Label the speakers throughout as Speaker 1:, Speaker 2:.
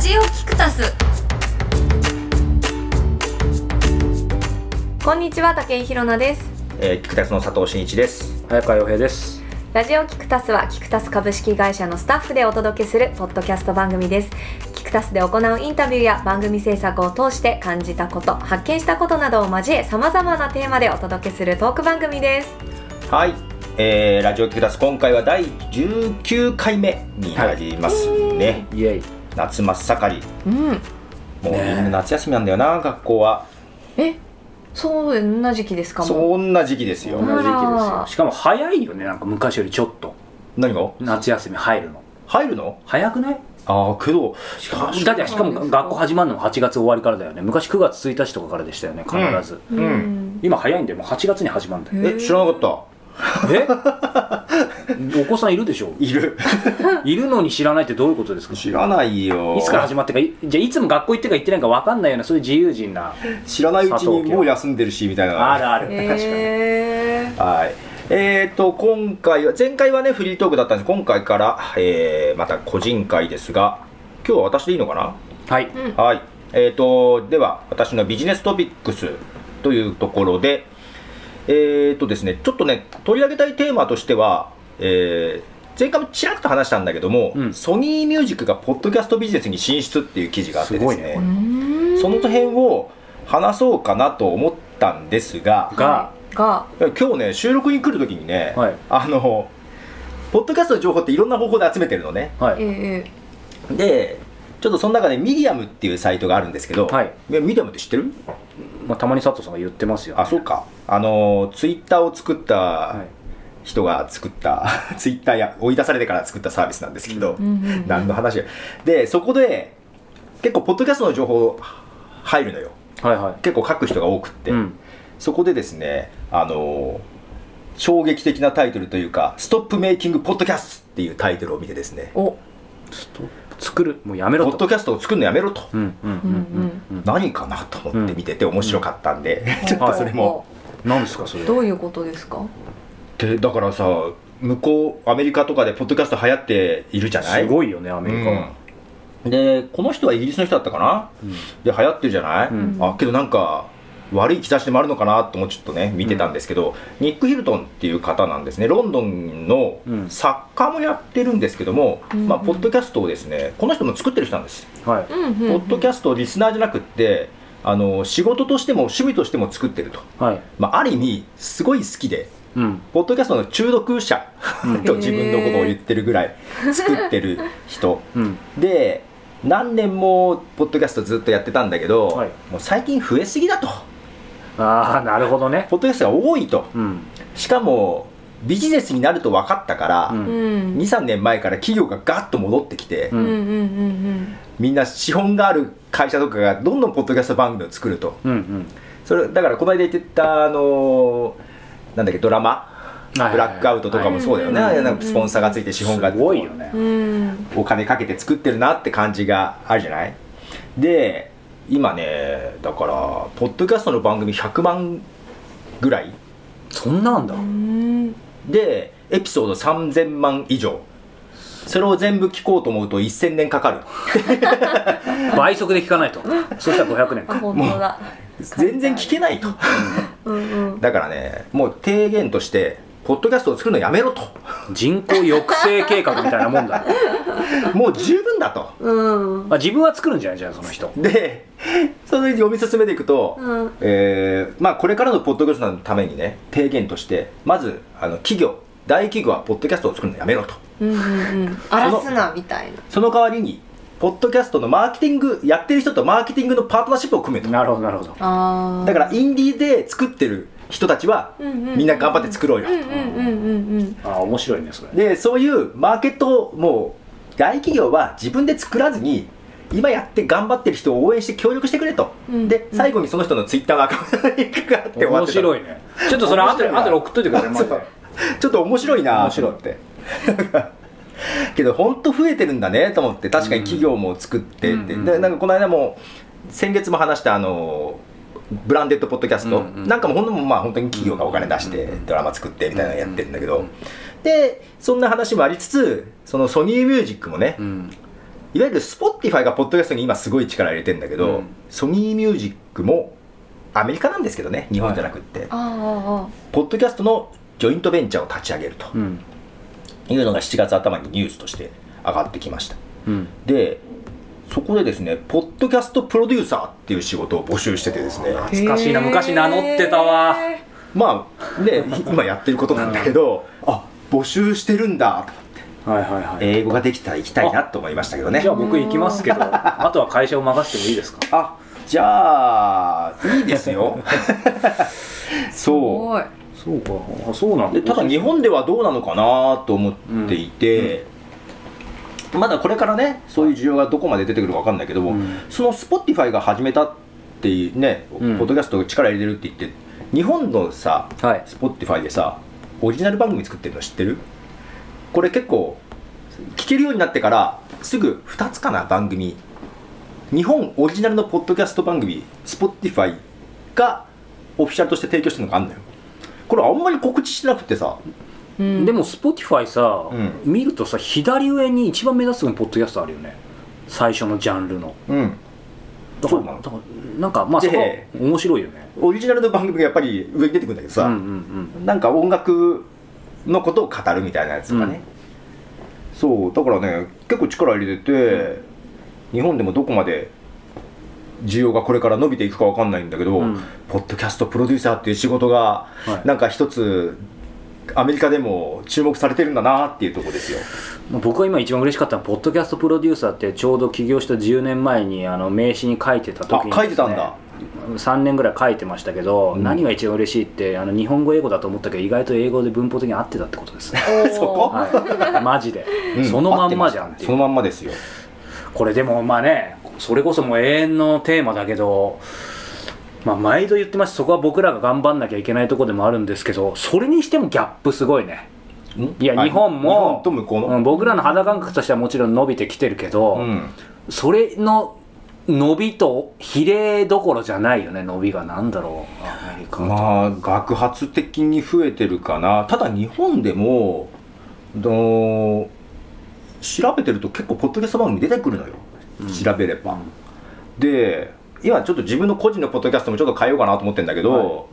Speaker 1: ジオキクタス
Speaker 2: こんにちは武井ひろなです
Speaker 3: えー、キクタスの佐藤真一です。
Speaker 4: 早川洋平です。
Speaker 2: ラジオキクタスはキクタス株式会社のスタッフでお届けするポッドキャスト番組ですキクタスで行うインタビューや番組制作を通して感じたこと発見したことなどを交えさまざまなテーマでお届けするトーク番組です
Speaker 3: はい、えー、ラジオキクタス今回は第19回目になりますね。
Speaker 4: イエイ。
Speaker 3: 夏真っ盛り。
Speaker 2: うん
Speaker 3: もうみ
Speaker 4: ねえ
Speaker 3: んな夏休みなんだよな、学校は。
Speaker 2: えそうんな時期ですかも
Speaker 3: そんな時期ですよ
Speaker 4: 同。じ時期です
Speaker 2: あら
Speaker 4: よ。しかも早いよね。なんか昔よりちょっと
Speaker 3: 何が
Speaker 4: 夏休み入るの。
Speaker 3: 入るの
Speaker 4: 早くない？
Speaker 3: ああ、けど、
Speaker 4: しかもだってしかも学校始まるのも8月終わりからだよね。昔9月1日とかからでしたよね。必ず。
Speaker 2: う
Speaker 3: うん
Speaker 4: 今早いんだよ。もう8月に始まるんだよ。
Speaker 3: え、知らなかった。
Speaker 4: え？ お子さんいるでしょ。
Speaker 3: いる。
Speaker 4: いるのに知らないってどういうことですか？
Speaker 3: 知らないよ。
Speaker 4: いつから始まってかいじゃあいつも学校行ってか行ってないかわかんないようなそういう自由人な。
Speaker 3: 知らないうちにもう休んでるし、みたいな。
Speaker 4: あるある。確かに。
Speaker 2: えー
Speaker 3: はい。えー、と今回は前回はねフリートークだったんです今回から、えーまた個人会ですが今日は私でいいのかな
Speaker 4: はい。
Speaker 3: はい、えー、とでは私のビジネストピックスというところで、えーとですね、ちょっとね取り上げたいテーマとしては、えー前回もちらっと話したんだけども、
Speaker 4: うん
Speaker 3: ソニーミュージックがポッドキャストビジネスに進出っていう記事があってです
Speaker 4: すごいね
Speaker 3: ね
Speaker 4: こ
Speaker 2: うん
Speaker 3: その辺を話そうかなと思ったんですが
Speaker 4: が、
Speaker 2: が
Speaker 3: 今日ね収録に来るときにね、
Speaker 4: はい
Speaker 3: あのポッドキャストの情報っていろんな方法で集めてるのね
Speaker 4: は
Speaker 2: え
Speaker 4: い。
Speaker 2: え
Speaker 3: でちょっとその中でミディアムっていうサイトがあるんですけど、
Speaker 4: はい
Speaker 3: ミディアムって知ってる
Speaker 4: まあたまに佐藤さんが言ってますよね。
Speaker 3: あそうかあのツイッターを作った
Speaker 4: はい。
Speaker 3: 人が作った、 ツイッターや追い出されてから作ったサービスなんですけど、
Speaker 2: うんうん
Speaker 3: 何の話やでそこで結構ポッドキャストの情報入るのよ
Speaker 4: はいはい。
Speaker 3: 結構書く人が多くって、
Speaker 4: うん、
Speaker 3: そこでですねあの衝撃的なタイトルというか「ストップメイキングポッドキャスト」っていうタイトルを見てですね
Speaker 2: お
Speaker 4: ちょっと作るもうやめ
Speaker 3: ポ
Speaker 4: ろ
Speaker 3: ッド
Speaker 4: と
Speaker 3: キャストを作るのやめろと、
Speaker 4: うんうんうんうんうん
Speaker 3: 何かなと思って見てて面白かったんで、 ちょっとそれも
Speaker 4: 何ですかそれ
Speaker 2: どういうことですか
Speaker 3: でだからさ向こうアメリカとかでポッドキャスト流行っているじゃない
Speaker 4: すごいよねアメリカは、
Speaker 3: うんでこの人はイギリスの人だったかな、
Speaker 4: うん
Speaker 3: で流行ってるじゃない、
Speaker 4: うん
Speaker 3: あけどなんか悪い兆しでもあるのかなともちょっとね見てたんですけど、ニック・ヒルトンっていう方なんですねロンドンの
Speaker 4: うん
Speaker 3: 作家もやってるんですけども、
Speaker 2: うん
Speaker 3: まあ、ポッドキャストをですねこの人も作ってる人なんです、
Speaker 4: はい
Speaker 2: うんうんうん
Speaker 3: ポッドキャストをリスナーじゃなくってあの仕事としても趣味としても作ってると、
Speaker 4: はい
Speaker 3: まあ、ある意味すごい好きで
Speaker 4: うん
Speaker 3: ポッドキャストの中毒者
Speaker 4: うん
Speaker 3: と自分のことを言ってるぐらい作ってる人
Speaker 4: うん
Speaker 3: で何年もポッドキャストずっとやってたんだけど、
Speaker 4: はい
Speaker 3: もう最近増えすぎだと
Speaker 4: ああなるほどね
Speaker 3: ポッドキャストが多いと
Speaker 4: うん
Speaker 3: しかもビジネスになると分かったから、
Speaker 4: う
Speaker 2: うん
Speaker 4: ん
Speaker 3: 23年前から企業がガッと戻ってきて、
Speaker 4: う
Speaker 2: うんうんうんん
Speaker 3: みんな資本がある会社とかがどんどんポッドキャスト番組を作ると
Speaker 4: うんうん
Speaker 3: それだからこの間言ってたあのーなんだっけドラマ
Speaker 4: はいはいはい
Speaker 3: ブラックアウトとかもそうだよね、
Speaker 2: はいはいはい
Speaker 3: なんかスポンサーがついて資本が
Speaker 4: すごいよね
Speaker 2: うんうん
Speaker 3: お金かけて作ってるなって感じがあるじゃないで今ねだからポッドキャストの番組100万ぐらい
Speaker 4: そんなんだ
Speaker 2: うん
Speaker 3: でエピソード3000万以上それを全部聞こうと思うと1000年かかる
Speaker 4: 倍速で聞かないと そしたら500年
Speaker 2: あ
Speaker 4: か
Speaker 2: 本当だ
Speaker 3: 全然聞けないと
Speaker 2: うんうん
Speaker 3: だからねもう提言としてポッドキャストを作るのやめろと
Speaker 4: 人口抑制計画みたいなもん だ
Speaker 3: もう十分だと
Speaker 2: うん
Speaker 4: あ自分は作るんじゃないじゃあその人
Speaker 3: でそれで読み進めていくと、
Speaker 2: うん
Speaker 3: えーまあ、これからのポッドキャストのためにね提言としてまずあの企業大企業はポッドキャストを作るのやめろと
Speaker 2: うんうんうん荒らすなみたいな
Speaker 3: その代わりにポッドキャストのマーケティングやってる人とマーケティングのパートナーシップを組めとだ
Speaker 4: なるほどなるほど
Speaker 2: あー
Speaker 3: からインディーで作ってる人たちは
Speaker 2: うんうんうん
Speaker 3: みんな頑張って作ろうよ
Speaker 2: うんうんうんうんうん
Speaker 4: ああ面白いねそれ
Speaker 3: でそういうマーケットをもう大企業は自分で作らずに今やって頑張ってる人を応援して協力してくれと、
Speaker 2: うん
Speaker 3: で最後にその人のツイッターのアカウントに行くかって終わっ
Speaker 4: 面
Speaker 3: てた
Speaker 4: 白いねちょっとそれ後で
Speaker 3: 面白いな
Speaker 4: 後で送っといてくださいマジ
Speaker 3: そ
Speaker 4: で
Speaker 3: うちょっと面白いな
Speaker 4: 面
Speaker 3: と
Speaker 4: 白い
Speaker 3: 思って。けど本当増えてるんだねと思って確かに企業も作ってって、
Speaker 4: うん
Speaker 3: でなんかこの間も先月も話したあのブランデッドポッドキャスト、
Speaker 4: うんうん
Speaker 3: なんかもほんとまあ本当に企業がお金出してドラマ作ってみたいなのやってるんだけど、でそんな話もありつつそのソニーミュージックもね、
Speaker 4: うん
Speaker 3: いわゆる Spotify がポッドキャストに今すごい力入れてんだけど、
Speaker 4: うん
Speaker 3: ソニーミュージックもアメリカなんですけどね日本じゃなくって、
Speaker 2: ああああ
Speaker 3: ポッドキャストのジョイントベンチャーを立ち上げると
Speaker 4: うん
Speaker 3: いうのが7月頭にニュースとして上がってきました
Speaker 4: うん
Speaker 3: でそこでですねポッドキャストプロデューサーっていう仕事を募集しててですね
Speaker 4: 懐かしいな昔名乗ってたわ
Speaker 2: へ
Speaker 3: まあね今やってることなんだけど、 あ募集してるんだと思って
Speaker 4: はいはいはい、
Speaker 3: 英語ができたら行きたいなと思いましたけどね
Speaker 4: じゃあ僕行きますけ どあとは会社を任せてもいいですか
Speaker 3: あじゃあいいです よ
Speaker 2: ーす
Speaker 3: そう
Speaker 2: ごい
Speaker 4: そうかあそうなん
Speaker 3: でただ日本ではどうなのかなと思っていて、まだこれからねそういう需要がどこまで出てくるか分かんないけども、
Speaker 4: うん
Speaker 3: その Spotify が始めたっていうね、
Speaker 4: うん
Speaker 3: ポッドキャストを力入れるって言って日本のさ
Speaker 4: はい
Speaker 3: Spotify でさオリジナル番組作ってるの知ってるこれ結構聞けるようになってからすぐ2つかな番組日本オリジナルのポッドキャスト番組 Spotify がオフィシャルとして提供してるのがあるのよこれあんまり告知してなくてさ
Speaker 2: うん
Speaker 4: でも Spotify さ、
Speaker 3: うん
Speaker 4: 見るとさ左上に一番目立つのにポッドキャストあるよね最初のジャンルの
Speaker 3: うん
Speaker 4: だか
Speaker 3: そ
Speaker 4: ら
Speaker 3: うなの
Speaker 4: だからなんかまあそこは
Speaker 3: で
Speaker 4: 面白いよね
Speaker 3: オリジナルの番組がやっぱり上に出てくるんだけど
Speaker 4: うん
Speaker 3: さ、
Speaker 4: うん
Speaker 3: なんか音楽のことを語るみたいなやつとかね、そうだからね結構力入れてて、日本でもどこまで需要がこれから伸びていくかわかんないんだけど、
Speaker 4: うん
Speaker 3: ポッドキャストプロデューサーっていう仕事が、
Speaker 4: はい
Speaker 3: なんか一つアメリカでも注目されてるんだなっていうところですよ
Speaker 4: まあ僕が今一番嬉しかったのはポッドキャストプロデューサーってちょうど起業した10年前にあの名刺に書いてた時に、
Speaker 3: あ書いてたんだ
Speaker 4: 3年ぐらい書いてましたけど、
Speaker 3: うん
Speaker 4: 何が一番嬉しいってあの日本語英語だと思ったけど意外と英語で文法的に合ってたってことですね
Speaker 2: おー
Speaker 3: そこ
Speaker 4: はいマジで、
Speaker 3: うん
Speaker 4: そのまんまじゃ
Speaker 3: 合
Speaker 4: ん
Speaker 3: っ
Speaker 4: っててい
Speaker 3: ますそ
Speaker 4: う
Speaker 3: のまんまですよ
Speaker 4: これでもまあねそれこそもう永遠のテーマだけど、まあ、毎度言ってますそこは僕らが頑張んなきゃいけないところでもあるんですけどそれにしてもギャップすごいね
Speaker 3: ん
Speaker 4: いや
Speaker 3: あ
Speaker 4: 日本も
Speaker 3: 日本と向こうの、
Speaker 4: うん僕らの肌感覚としてはもちろん伸びてきてるけど、
Speaker 3: うん
Speaker 4: それの伸びと比例どころじゃないよね伸びがなんだろうアメリカと、
Speaker 3: まあ学発的に増えてるかなただ日本でもど調べてると結構ポッドキャスト番組出てくるのよ、
Speaker 4: うん
Speaker 3: 調べれば、で今ちょっと自分の個人のポッドキャストもちょっと変えようかなと思ってんだけど、
Speaker 4: は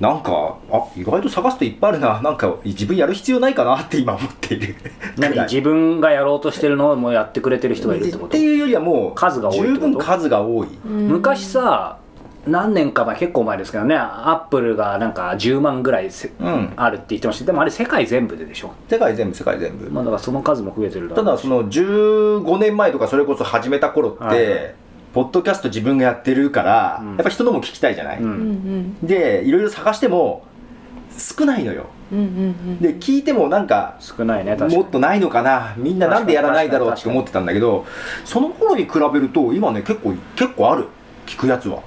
Speaker 3: なんかあ意外と探すといっぱいあるな なんか自分やる必要ないかなって今思っている
Speaker 4: 何自分がやろうとしてるのをもうやってくれてる人がいるってこと
Speaker 3: いうよりはもう
Speaker 4: 数が多いってこと
Speaker 3: 十分数が多い
Speaker 2: うん
Speaker 4: 昔さ何年か前結構前ですけどねアップルがなんか10万ぐらいせ
Speaker 3: うん
Speaker 4: あるって言ってましたでもあれ世界全部ででしょ、
Speaker 3: 世界全部世界全部、
Speaker 4: まあ、だからその数も増えてる
Speaker 3: た
Speaker 4: ろう
Speaker 3: だその15年前とかそれこそ始めた頃って、
Speaker 4: はいはい
Speaker 3: ポッドキャスト自分がやってるから、
Speaker 4: うん
Speaker 3: やっぱ人のも聞きたいじゃない、
Speaker 4: う
Speaker 2: うん
Speaker 4: ん
Speaker 3: でいろいろ探しても少ないのよ
Speaker 2: うんうんうん
Speaker 3: で聞いてもなんか
Speaker 4: 少ないね確かに
Speaker 3: もっとないのかなみんななんでやらないだろうって思ってたんだけどその頃に比べると今ね結構結構ある聞くやつは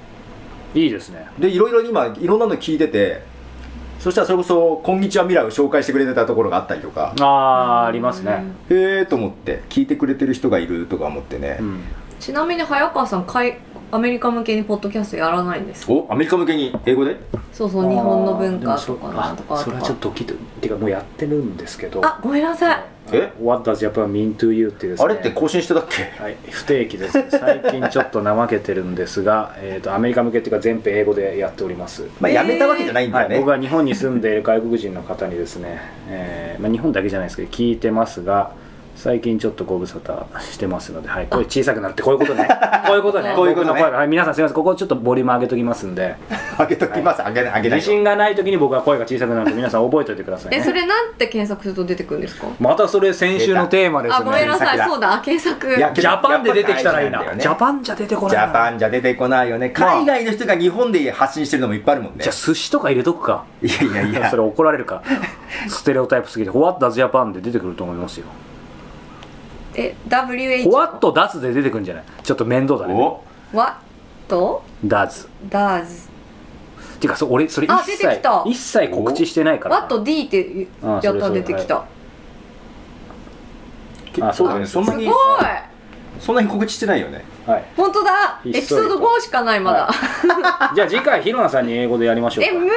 Speaker 3: い
Speaker 4: いですね
Speaker 3: でいろいろ今いろんなの聞いててそしたらそれこそ「こんにちは未来」を紹介してくれてたところがあったりとか
Speaker 4: ああありますね
Speaker 3: へえーと思って聞いてくれてる人がいるとか思ってね、
Speaker 4: うん
Speaker 2: ちなみに早川さんかいアメリカ向けにポッドキャストやらないんですか
Speaker 3: おアメリカ向けに英語で
Speaker 2: そうそう日本の文化とか
Speaker 4: あ
Speaker 2: なん
Speaker 4: で
Speaker 2: と
Speaker 4: も
Speaker 2: か
Speaker 4: そあそ
Speaker 2: と
Speaker 4: れはちょっ
Speaker 2: か
Speaker 4: とドキッとっていうかもうやってるんですけど
Speaker 2: あごめんなさい
Speaker 3: え
Speaker 4: What does Japan mean to you っていうですね
Speaker 3: あれって更新してたっけ
Speaker 4: はい、不定期です最近ちょっと怠けてるんですが、えー、とアメリカ向けっていうか全編英語でやっております
Speaker 3: まあ、やめたわけじゃないんだ
Speaker 4: は
Speaker 3: よ
Speaker 4: い、
Speaker 3: ね、
Speaker 4: 僕は日本に住んでいる外国人の方にですね、えーまあ、日本だけじゃないですけど聞いてますが最近ちょっとご無沙汰してますので、はい、声小さくなるってこういうことね こういうことね
Speaker 2: こ
Speaker 3: ういうことね
Speaker 4: 僕の声がはい、皆さんすみませんここちょっとボリューム上げときますんで
Speaker 3: あげときますあげあげない
Speaker 4: 自
Speaker 3: よ
Speaker 4: 信がない時に僕は声が小さくなるので皆さん覚えておいてください、ね、
Speaker 2: えそれなんて検索すると出てくるんですか
Speaker 4: またそれ先週のテーマです
Speaker 2: あごめん
Speaker 4: ね
Speaker 2: なさい
Speaker 3: 検索だ
Speaker 2: そうだ検索
Speaker 3: いや
Speaker 4: ジャパンで出てきたらいいな、
Speaker 3: やっぱり大事なんだよね
Speaker 4: ジャパンじゃ出てこない
Speaker 3: ジ
Speaker 4: な
Speaker 3: ャパンじゃ出てこないよね
Speaker 4: まあ
Speaker 3: 海外の人が日本で発信してるのもいっぱいあるもんね
Speaker 4: じゃあ寿司とか入れとくか
Speaker 3: いやいやい や
Speaker 4: それ怒られるかステレオタイプすぎて「What does Japan」で出てくると思いますよ
Speaker 2: え
Speaker 4: 「
Speaker 2: WH
Speaker 4: What does」で出てくるんじゃないちょっと面倒だね
Speaker 3: お
Speaker 2: What
Speaker 4: 「does
Speaker 2: does」
Speaker 4: っていうかそ俺それ
Speaker 2: あ
Speaker 4: 一
Speaker 2: 出て
Speaker 4: 切
Speaker 2: きた
Speaker 4: 一切告知してないから
Speaker 2: What D ってやったら出てきた
Speaker 3: 結構
Speaker 4: あそうだ
Speaker 3: ね
Speaker 4: ね
Speaker 3: そん
Speaker 2: す
Speaker 3: な
Speaker 2: ごい
Speaker 3: に
Speaker 1: そんなに告知してないよね
Speaker 4: はい
Speaker 2: 本当だエ
Speaker 4: ひっそりと
Speaker 2: ピソード5しかないまだ、
Speaker 4: じゃあ次回ひろなさんに英語でやりましょう
Speaker 2: え
Speaker 4: か
Speaker 2: 無理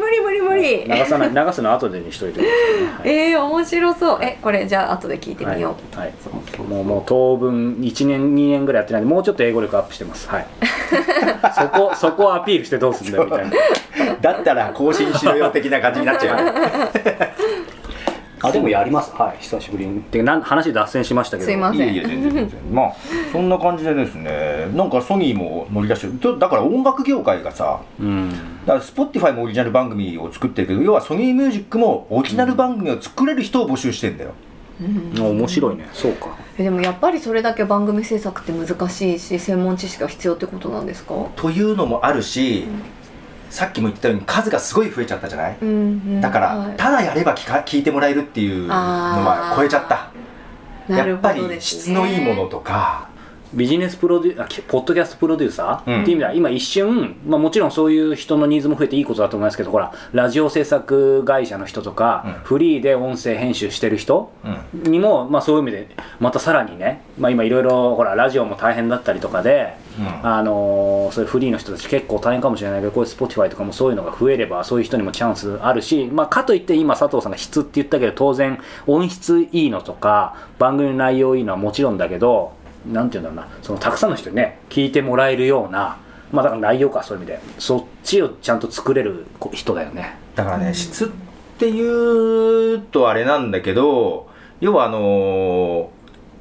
Speaker 2: 無理無理無理、
Speaker 4: 流さない流すの後でにしといてくださいね
Speaker 2: えー、面白そうえこれじゃあ後で聞いて
Speaker 4: はい
Speaker 2: みよう、
Speaker 4: はいはいもうもう当分1年2年ぐらいやってないんでもうちょっと英語力アップしてます はいそこそこをアピールしてどうすんだよみたいな
Speaker 3: だったら更新しろよ的な感じになっち ゃうよ
Speaker 1: あでもやりますはい久しぶりに
Speaker 4: てかなん話脱線しましたけど
Speaker 2: すいま
Speaker 3: い
Speaker 2: せん
Speaker 3: えいえ全然全然まあそんな感じでですねなんかソニーも乗り出してるとだから音楽業界がさ
Speaker 4: うん
Speaker 3: だから Spotify もオリジナル番組を作ってるけど要はソニーミュージックもオリジナル番組を作れる人を募集してんだよ、
Speaker 2: うん
Speaker 4: 面白いねそうか
Speaker 2: えでもやっぱりそれだけ番組制作って難しいし専門知識が必要ってことなんですか
Speaker 3: というのもあるし、さっきも言ったように数がすごい増えちゃったじゃない、
Speaker 2: うん、うん、
Speaker 3: だから、
Speaker 2: はい
Speaker 3: ただやれば聞か聞いてもらえるっていうのは超えちゃった、
Speaker 2: な
Speaker 3: や
Speaker 2: る
Speaker 3: っ
Speaker 2: ほ
Speaker 3: ぱ
Speaker 2: どですね
Speaker 3: り質のいいものとか
Speaker 4: ビジネスプロデュあきポッドキャストプロデューサー、
Speaker 3: うん
Speaker 4: っていう意味では今一瞬、まあ、もちろんそういう人のニーズも増えていいことだと思いますけどほらラジオ制作会社の人とか、
Speaker 3: うん
Speaker 4: フリーで音声編集してる人
Speaker 3: うん
Speaker 4: にも、まあ、そういう意味でまたさらにね、まあ、今いろいろほらラジオも大変だったりとかで、
Speaker 3: うん
Speaker 4: あのーそういうフリーの人たち結構大変かもしれないけどこういう Spotify とかもそういうのが増えればそういう人にもチャンスあるし、まあ、かといって今佐藤さんが質って言ったけど当然音質いいのとか番組の内容いいのはもちろんだけどなんて言うんだろうなそのたくさんの人にね聞いてもらえるような、まあ、だから内容かそういう意味でそっちをちゃんと作れるこ人だよね。
Speaker 3: だからね、質っていうとあれなんだけど要はあのー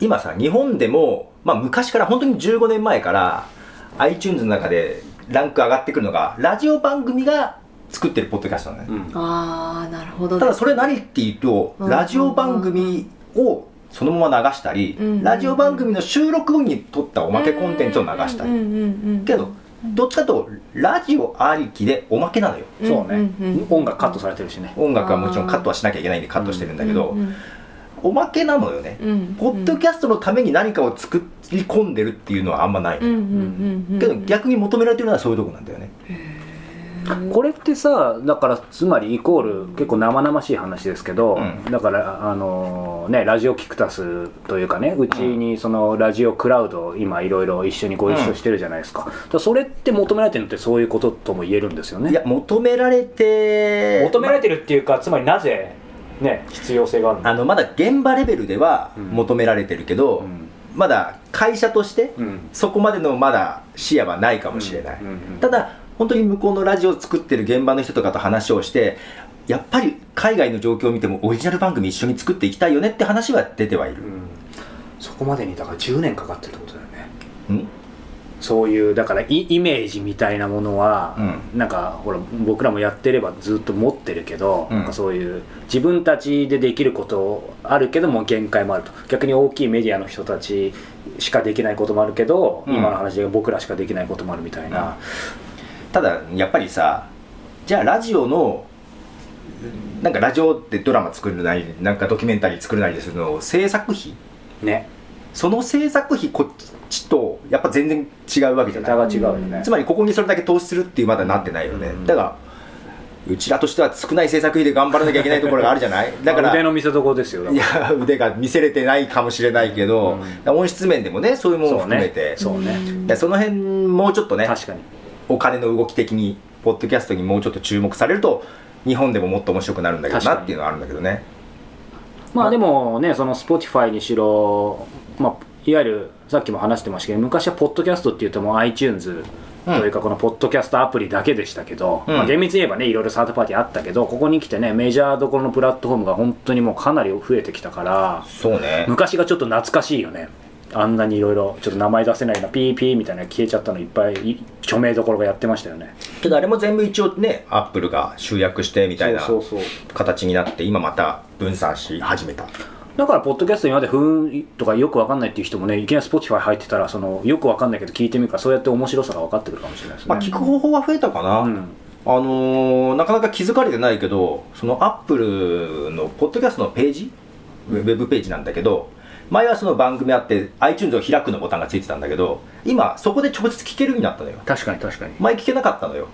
Speaker 3: 今さ日本でも、まあ、昔から本当に15年前から iTunes の中でランク上がってくるのがラジオ番組が作ってるポッドキャストなんだよね、
Speaker 2: ああなるほど
Speaker 3: ただそれ
Speaker 2: な
Speaker 3: 何っていうと
Speaker 2: うん
Speaker 3: ラジオ番組をそのまま流したり、
Speaker 2: うん
Speaker 3: ラジオ番組の収録後に撮ったお
Speaker 2: お
Speaker 3: まけコンテンツを流したり、けどどっちかというとラジオありきでおまけなのよ
Speaker 4: そう
Speaker 2: うん
Speaker 4: ね、
Speaker 2: うんうん
Speaker 4: 音楽カットされてるしね、
Speaker 3: 音楽はもちろんカットはしなきゃいけないんでカットしてるんだけど、おまけなのよね、ポッドキャストのために何かを作り込んでるっていうのはあんまない、
Speaker 2: うんうんうんうん
Speaker 3: けど逆に求められてるのはそういうとこなんだよね、
Speaker 4: これってさだからつまりイコール結構生々しい話ですけど、
Speaker 3: うん
Speaker 4: だからあのねラジオキクタスというかねうちにそのラジオクラウド今いろいろ一緒にご一緒してるじゃないですか,、だからそれって求められてるのってそういうこととも言えるんですよね
Speaker 3: いや求められて
Speaker 4: 求められてるっていうかつまりなぜね必要性があるの
Speaker 3: あのまだ現場レベルでは
Speaker 4: うん
Speaker 3: 求められてるけど、
Speaker 4: うん
Speaker 3: まだ会社として
Speaker 4: うん
Speaker 3: そこまでのまだ視野はないかもしれない、
Speaker 4: うんうんうん
Speaker 3: ただ本当に向こうのラジオを作ってる現場の人とかと話をしてやっぱり海外の状況を見てもオリジナル番組一緒に作っていきたいよねって話は出てはいる
Speaker 4: う、んそこまでにだから10年かかってるってことだよね
Speaker 3: うん
Speaker 4: そういうだからイイメージみたいなものは、なんかほら僕らもやってればずっと持ってるけど、
Speaker 3: うん
Speaker 4: なんかそういう自分たちでできることあるけども限界もあると逆に大きいメディアの人たちしかできないこともあるけど、
Speaker 3: うん
Speaker 4: 今の話で僕らしかできないこともあるみたいな、
Speaker 3: ただやっぱりさじゃあラジオのなんかラジオってドラマ作るなりなんかドキュメンタリー作るなりでするのを制作費
Speaker 4: ね
Speaker 3: その制作費こっちとやっぱ全然違うわけじゃ
Speaker 4: 桁
Speaker 3: ない
Speaker 4: が違うよね、
Speaker 3: つまりここにそれだけ投資するっていうまだなってないよね、
Speaker 4: うん
Speaker 3: だからうちらとしては少ない制作費で頑張らなきゃいけないところがあるじゃないだから
Speaker 4: 腕の見せ所ですよだ
Speaker 3: い
Speaker 4: から
Speaker 3: や腕が見せれてないかもしれないけど、音質面でもねそういうものを含めてそ,、
Speaker 4: そうね
Speaker 3: でその辺もうちょっとね
Speaker 4: 確かに
Speaker 3: お金の動き的にポッドキャストにもうちょっと注目されると日本でももっと面白くなるんだけど
Speaker 4: 確か
Speaker 3: な
Speaker 4: に
Speaker 3: っていうのはあるんだけどね
Speaker 4: まあでもねその Spotify にしろ、まあ、いわゆるさっきも話してましたけど昔はポッドキャストっていうともう iTunes というかこのポッドキャストアプリだけでしたけど、
Speaker 3: うん
Speaker 4: まあ、厳密に言えばねいろいろサードパーティーあったけどここに来てねメジャーどころのプラットフォームが本当にもうかなり増えてきたから
Speaker 3: そうね
Speaker 4: 昔がちょっと懐かしいよねあんなにいろいろちょっと名前出せないようなピーピーみたいなのが消えちゃったのいっぱいい著名どころがやってましたよね
Speaker 3: けどあれも全部一応ねアップルが集約してみたいな
Speaker 4: そうそうそう
Speaker 3: 形になって今また分散し始めた
Speaker 4: だから、ポッドキャスト今までふーんとかよくわかんないっていう人もね、いきなり Spotify 入ってたら、そのよくわかんないけど聞いてみるから、そうやって面白さが分かってくるかもしれないですね。
Speaker 3: まあ聞く方法は増えたかな、
Speaker 4: うん
Speaker 3: あのーなかなか気づかれてないけどそのアップルのポッドキャストのページウェウェブページなんだけど前はその番組あって iTunes を開くのボタンがついてたんだけど今そこで直接聞けるようになったのよ
Speaker 4: 確かに確かに。
Speaker 3: 前聞けなかったのよ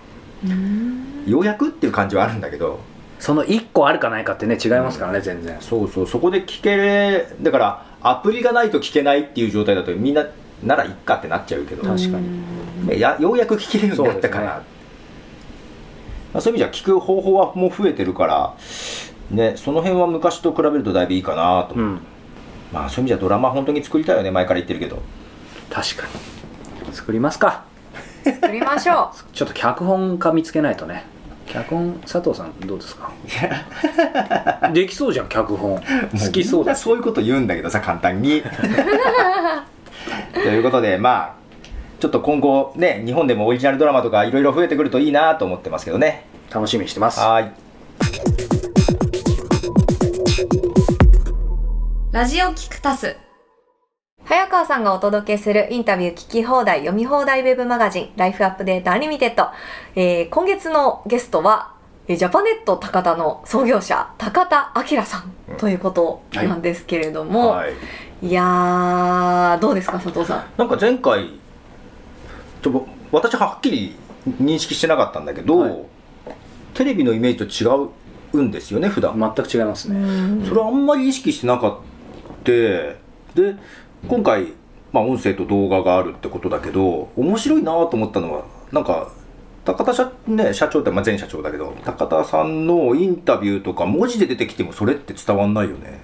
Speaker 3: ようやくっていう感じはあるんだけど
Speaker 4: その1個あるかないかってね、違いますからね、全然。
Speaker 3: そうそうそこで聞けだからアプリがないと聞けないっていう状態だとみんなならいっかってなっちゃうけど
Speaker 1: 確かに
Speaker 3: やようやく聞けるようになったかな
Speaker 1: そう
Speaker 3: そう,、まあ、そういう意味じゃ聞く方法はもう増えてるから、ね、その辺は昔と比べるとだいぶいいかなと、
Speaker 4: うん
Speaker 3: まあ、そういう意味じゃドラマ本当に作りたいよね前から言ってるけど
Speaker 4: 確かに作りますか
Speaker 2: 作りましょ
Speaker 4: ちょっと脚本家見つけないとね脚本佐藤さんどうですかできそうじゃん脚本好きそう
Speaker 3: だ
Speaker 4: だ
Speaker 3: そういうこと言うんだけどさ簡単に ということでまあちょっと今後ね日本でもオリジナルドラマとかいろいろ増えてくるといいなと思ってますけどね
Speaker 4: 楽しみにしてます
Speaker 3: はーいう
Speaker 2: ラジオキクタス早川さんがお届けするインタビュー聞き放題読み放題ウェブマガジンライフアップデータアニミテッド、えー今月のゲストはえージャパネット高田の創業者高田明さんということなんですけれども、
Speaker 3: はい
Speaker 2: いやーどうですか佐藤さん
Speaker 3: なんか前回ちょっと私はっきり認識してなかったんだけど、
Speaker 4: はい
Speaker 3: テレビのイメージと違うんですよね普段、
Speaker 4: 全く違いますね
Speaker 3: それはあんまり意識してなかったで今回、まあ、音声と動画があるってことだけど面白いなと思ったのはなんか高田社,、ね、社長って、まあ、前社長だけど高田さんのインタビューとか文字で出てきてもそれって伝わんないよね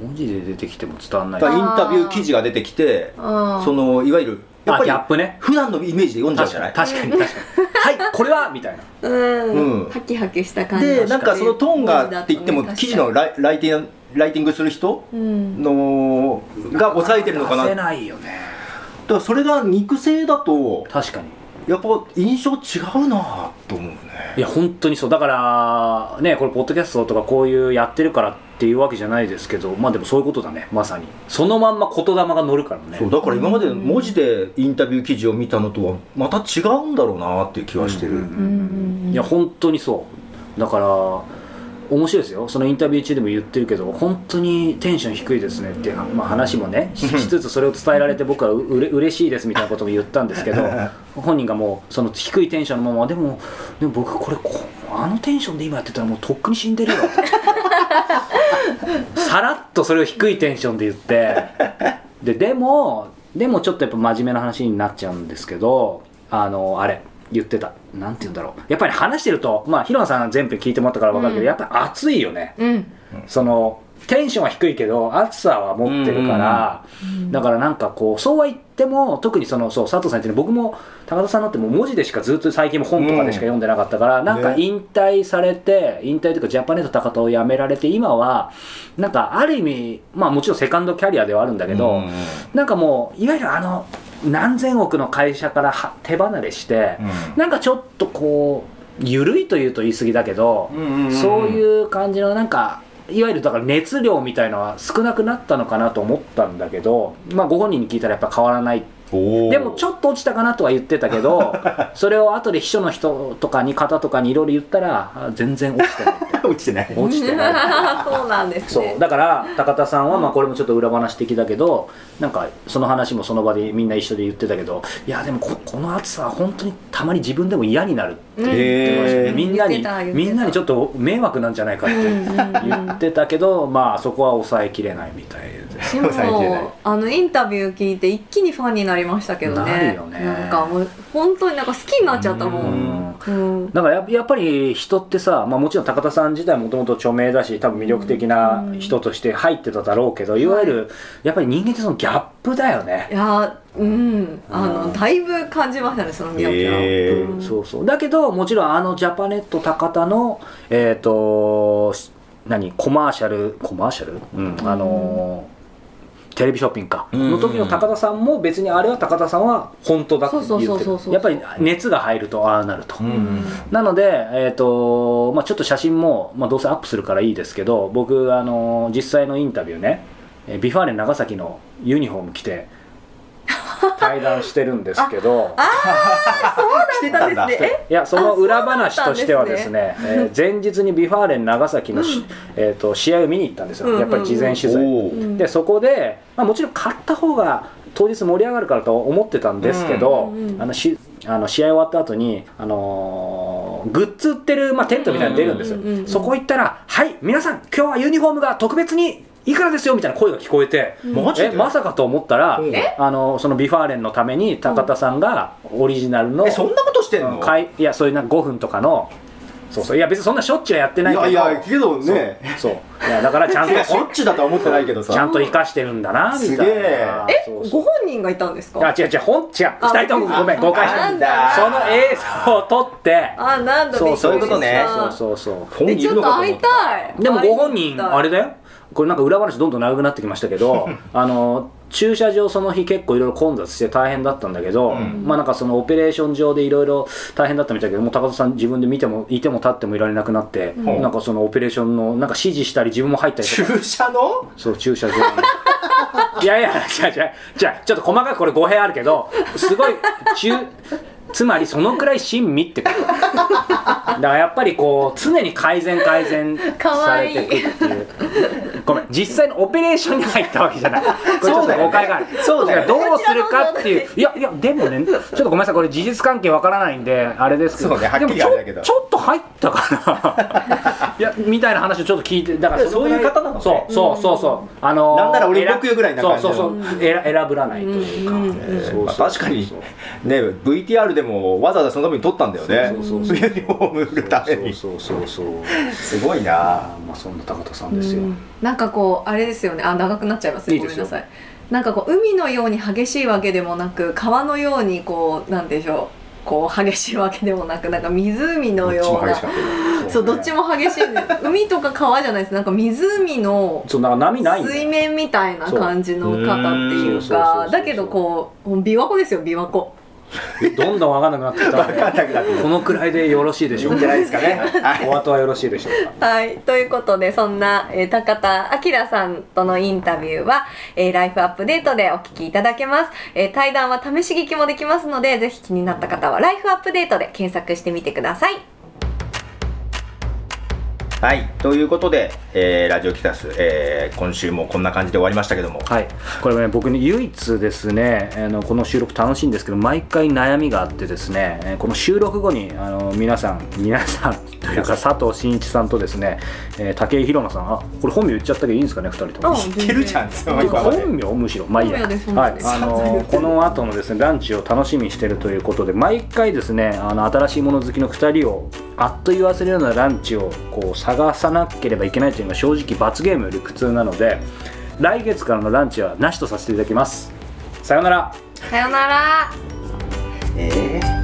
Speaker 4: 文字で出てきても伝わんな
Speaker 3: だ
Speaker 4: い
Speaker 3: から
Speaker 4: あ
Speaker 3: インタビュー記事が出てきて
Speaker 2: うん
Speaker 3: そのいわゆるやっぱ
Speaker 4: ギ
Speaker 3: り
Speaker 4: ャップね
Speaker 3: 普段のイメージで読んじゃう
Speaker 4: 確
Speaker 3: じゃな
Speaker 4: かに
Speaker 3: い
Speaker 4: 確かに確かにはいこれはみたい
Speaker 2: う
Speaker 4: な
Speaker 2: ん、
Speaker 3: うん
Speaker 2: ハキハキした感じ
Speaker 3: でなんかそのトーンがって言っても
Speaker 2: うん
Speaker 3: 記事のライライティンライティングする人
Speaker 2: うん
Speaker 3: のが抑えてるのかな
Speaker 4: 出
Speaker 3: だ
Speaker 4: せ
Speaker 3: か
Speaker 4: ないよね
Speaker 3: らそれが肉声だと
Speaker 4: 確かに
Speaker 3: やっぱ印象違うなと思うね
Speaker 4: いや本当にそうだからねこれポッドキャストとかこういうやってるからっていうわけじゃないですけどまあでもそういうことだねまさにそのまんま言霊が乗るからね
Speaker 3: そうだから今まで文字でインタビュー記事を見たのとはまた違うんだろうなっていう気はしてる、
Speaker 4: う
Speaker 2: う
Speaker 4: ん
Speaker 2: んうん
Speaker 4: いや本当にそうだから面白いですよそのインタビュー中でも言ってるけど本当にテンション低いですねっていう、まあ、話もねししつつそれを伝えられて僕はううれ嬉しいですみたいなことも言ったんですけど本人がもうその低いテンションのままでもでも僕これこあのテンションで今やってたらもうとっくに死んでるよさらっとそれを低いテンションで言ってででもでもちょっとやっぱ真面目な話になっちゃうんですけどあのあれ言ってたなんて言うんだろうやっぱり話してるとまあヒロンさん全編聞いてもらったから分かるけど、
Speaker 2: うん
Speaker 4: やっぱ熱いよね
Speaker 2: うん
Speaker 4: そのテンションは低いけど暑さは持ってるから、だからなんかこうそうは言っても特にそのそう佐藤さんってね僕も高田さんだってもう文字でしかずっと最近も本とかでしか読んでなかったから、なんか
Speaker 3: ね
Speaker 4: 引退されて引退というかジャパネット高田を辞められて今はなんかある意味まあもちろんセカンドキャリアではあるんだけど、
Speaker 3: うん
Speaker 4: なんかもういわゆるあの何千億の会社からは手離れして、なんかちょっとこう緩いというと言い過ぎだけど、
Speaker 3: うんうんうん
Speaker 4: そういう感じのなんかいわゆるだから熱量みたいのは少なくなったのかなと思ったんだけど、まあ、ご本人に聞いたらやっぱ変わらない
Speaker 3: おー
Speaker 4: でもちょっと落ちたかなとは言ってたけ どそれを後で秘書の人とかに方とかにいろいろ言ったらあ全然落ちてない
Speaker 3: 落ちてない
Speaker 4: 落ちてない
Speaker 2: そうなんです
Speaker 4: そ
Speaker 2: ね
Speaker 4: うだから高田さんはまあこれもちょっと裏話的だけどなんかその話もその場でみんな一緒で言ってたけどいやでもここの暑さは本当にたまに自分でも嫌になるって
Speaker 2: うん
Speaker 3: へーえ
Speaker 4: みんな
Speaker 2: 言っ
Speaker 4: に
Speaker 2: てた言ってた
Speaker 4: みんなにちょっと迷惑なんじゃないかって言ってたけどまあそこは抑えきれないみたいで
Speaker 2: で
Speaker 3: 最低だ
Speaker 2: も
Speaker 3: よ
Speaker 2: あのインタビュー聞いて一気にファンになりましたけどね
Speaker 4: なるよね
Speaker 2: んかもう本当になんか好きになっちゃったも
Speaker 3: うん
Speaker 4: ん
Speaker 2: うん
Speaker 4: だからややっぱり人ってさ、まあ、もちろん高田さん自体もともと著名だし多分魅力的な人として入ってただろうけど、いわゆるやっぱり人間ってそのギャップだよね
Speaker 2: いやーうんあの、
Speaker 4: うん
Speaker 2: だいぶ感じましたねそのギャップは、
Speaker 3: へー
Speaker 2: うん
Speaker 4: そうそうだけどもちろんあのジャパネット高田のえっ、とし何コマーシャルコマーシャル、うんあのーテレビショッピングか、
Speaker 3: うん
Speaker 4: の時の高田さんも別にあれは高田さんは本当だって
Speaker 2: そう
Speaker 4: 言
Speaker 2: そ
Speaker 4: っ
Speaker 2: う
Speaker 4: て
Speaker 2: そうそう
Speaker 4: るやっぱり熱が入るとああなると、
Speaker 3: うん
Speaker 4: なので、えーとまあ、ちょっと写真も、まあ、どうせアップするからいいですけど僕、あのー実際のインタビューねえービファーレ長崎のユニフォーム 着て対談してるんですけど
Speaker 3: 来て
Speaker 2: そうなんですね
Speaker 4: いやその裏話としてはですねえー前日にビファーレン長崎のし、えー、と試合を見に行ったんですよ、
Speaker 2: うんうんうん
Speaker 4: やっぱり事前取材、
Speaker 3: お
Speaker 2: え
Speaker 3: ー
Speaker 4: でそこで、まあ、もちろん勝った方が当日盛り上がるからと思ってたんですけど、
Speaker 2: うんうんうん
Speaker 4: あのしあの試合終わった後にあのーグッズ売ってる、まあ、テントみたいなの出るんですよ、
Speaker 2: うんうんうんうん
Speaker 4: そこ行ったら「はい皆さん今日はユニフォームが特別にいくらですよみたいな声が聞こえて、
Speaker 3: マジで
Speaker 4: えまさかと思ったら
Speaker 3: うんえ
Speaker 4: あのそのビファーレンのために高田さんがオリジナルの、
Speaker 3: えそんなことしてんの、
Speaker 4: かいいやそういうなんか5分とかのそうそういや別にそんなしょっちゅうやってないけど
Speaker 3: いやいやけどね
Speaker 4: そうそういやだからちゃん
Speaker 3: いや
Speaker 4: と
Speaker 3: しょっちゅうだとは思ってないけどさ
Speaker 4: ちゃんと生かしてるんだなみたいな
Speaker 3: すげえ
Speaker 4: そうそう
Speaker 2: ご本人がいたんです
Speaker 4: あ
Speaker 2: か
Speaker 4: 違う違うほん違う
Speaker 2: あ
Speaker 4: 2人ともごめん誤解した
Speaker 2: あ
Speaker 3: なんだ
Speaker 4: その映像を撮って
Speaker 2: あ何度
Speaker 4: そ
Speaker 2: び
Speaker 4: う
Speaker 2: っくりした
Speaker 4: そういうこと
Speaker 3: ね
Speaker 4: そうそうそう
Speaker 2: え
Speaker 3: 本人い
Speaker 2: ちょ
Speaker 3: る
Speaker 2: っ
Speaker 3: の
Speaker 2: と
Speaker 3: かと
Speaker 2: 会
Speaker 3: 思
Speaker 2: い
Speaker 3: った
Speaker 2: たい
Speaker 4: でもご本
Speaker 2: 会い
Speaker 4: 人
Speaker 2: たい
Speaker 4: あれだよこれなんか裏話どんどん長くなってきましたけ どあの駐車場その日結構いろいろ混雑して大変だったんだけど、
Speaker 3: うん
Speaker 4: まあなんかそのオペレーション上でいろいろ大変だったみたいだけどもう高田さん自分で見てもいても立ってもいられなくなって、
Speaker 3: うん
Speaker 4: なんかそのオペレーションのなんか指示したり自分も入ったりとか
Speaker 3: 注射の
Speaker 4: そう駐車場にいやいや違う違う違うちょっと細かくこれ語弊あるけどすごい中つまりそのくらい親身ってことだからやっぱりこう常に改善改善
Speaker 2: か
Speaker 4: さ
Speaker 2: わ
Speaker 4: れ
Speaker 2: いい
Speaker 4: ていくっていうごめん実際のオペレーションに入ったわけじゃないこれちょっと誤解がある
Speaker 3: そうだよね
Speaker 4: どうするかっていういやいやでもねちょっとごめんなさいこれ事実関係わからないんであれですけど
Speaker 3: そうねはっきり
Speaker 4: でもちょ
Speaker 3: あれだけど
Speaker 4: ちょっと入ったかないやみたいな話をちょっと聞いてだからのくら
Speaker 3: そういう方なのね
Speaker 4: そうそうそうそうあのー
Speaker 3: なんなら俺僕よぐらいな感じ
Speaker 4: そ
Speaker 3: の
Speaker 4: うそうそうえら選ぶらないというか、
Speaker 2: うん
Speaker 4: えーそう
Speaker 3: まあ
Speaker 4: そう
Speaker 3: 確かにね VTR でもわざわざそのために撮ったんだよね
Speaker 4: そうそ うそう
Speaker 3: ユニフォーム売るために
Speaker 4: そうそうそうそう
Speaker 3: すごいな
Speaker 4: あまあそんな高田さん
Speaker 2: う
Speaker 4: ですよ、
Speaker 2: んなんかこうあれですよねあ長くなっちゃいます
Speaker 4: いい
Speaker 2: ご
Speaker 4: で
Speaker 2: めん
Speaker 4: す
Speaker 2: なさ
Speaker 4: よ
Speaker 2: いなんかこう海のように激しいわけでもなく川のようにこうなんでしょうこう激しいわけでもなくなんか湖のような
Speaker 3: ったよね
Speaker 2: そうどっちも激しいんで海とか川じゃないですなんか湖の
Speaker 4: そうなんか波ないんだよ
Speaker 2: 水面みたいな感じの方っていう
Speaker 4: そううーんそうそうそう
Speaker 2: か
Speaker 4: そう
Speaker 2: だけどこう琵琶湖ですよ琵琶湖
Speaker 4: どんどんわかんなくなってきたんで
Speaker 3: わかんなくなってきた
Speaker 4: このくらいでよろしいでし
Speaker 3: い
Speaker 4: ょ
Speaker 3: いん
Speaker 4: う
Speaker 3: じゃ
Speaker 4: か
Speaker 3: ないですかねはい
Speaker 4: お後はよろしいでしょうか
Speaker 2: はい。ということで、そんな、えー高田明さんとのインタビューは、えーライフアップデートでお聞きいただけます。えー対談は試し聞きもできますので、ぜひ気になった方は、ライフアップデートで検索してみてください。
Speaker 3: はいということで、えーラジオキタス、えー今週もこんな感じで終わりましたけども
Speaker 4: はい、これね僕ね唯一ですねあのこの収録楽しいんですけど毎回悩みがあってですねえーこの収録後にあの皆さん皆さん というか佐藤真一さんとですね、えー、武井宏奈さんあこれ本名言っちゃったけどいいんですかね2人とも。
Speaker 3: いけるじゃんそうの今まで
Speaker 4: 本名むしろまあいいや
Speaker 2: 本名です
Speaker 4: は
Speaker 2: 本
Speaker 4: い
Speaker 2: 名です
Speaker 4: あのこの後のですねランチを楽しみにしてるということで毎回ですねあの新しいもの好きの2人をあっと言わせるようなランチをこう探さなければいけないというのは正直罰ゲームより苦痛なので来月からのランチはなしとさせていただきますさようなら
Speaker 2: さよなら。
Speaker 3: えー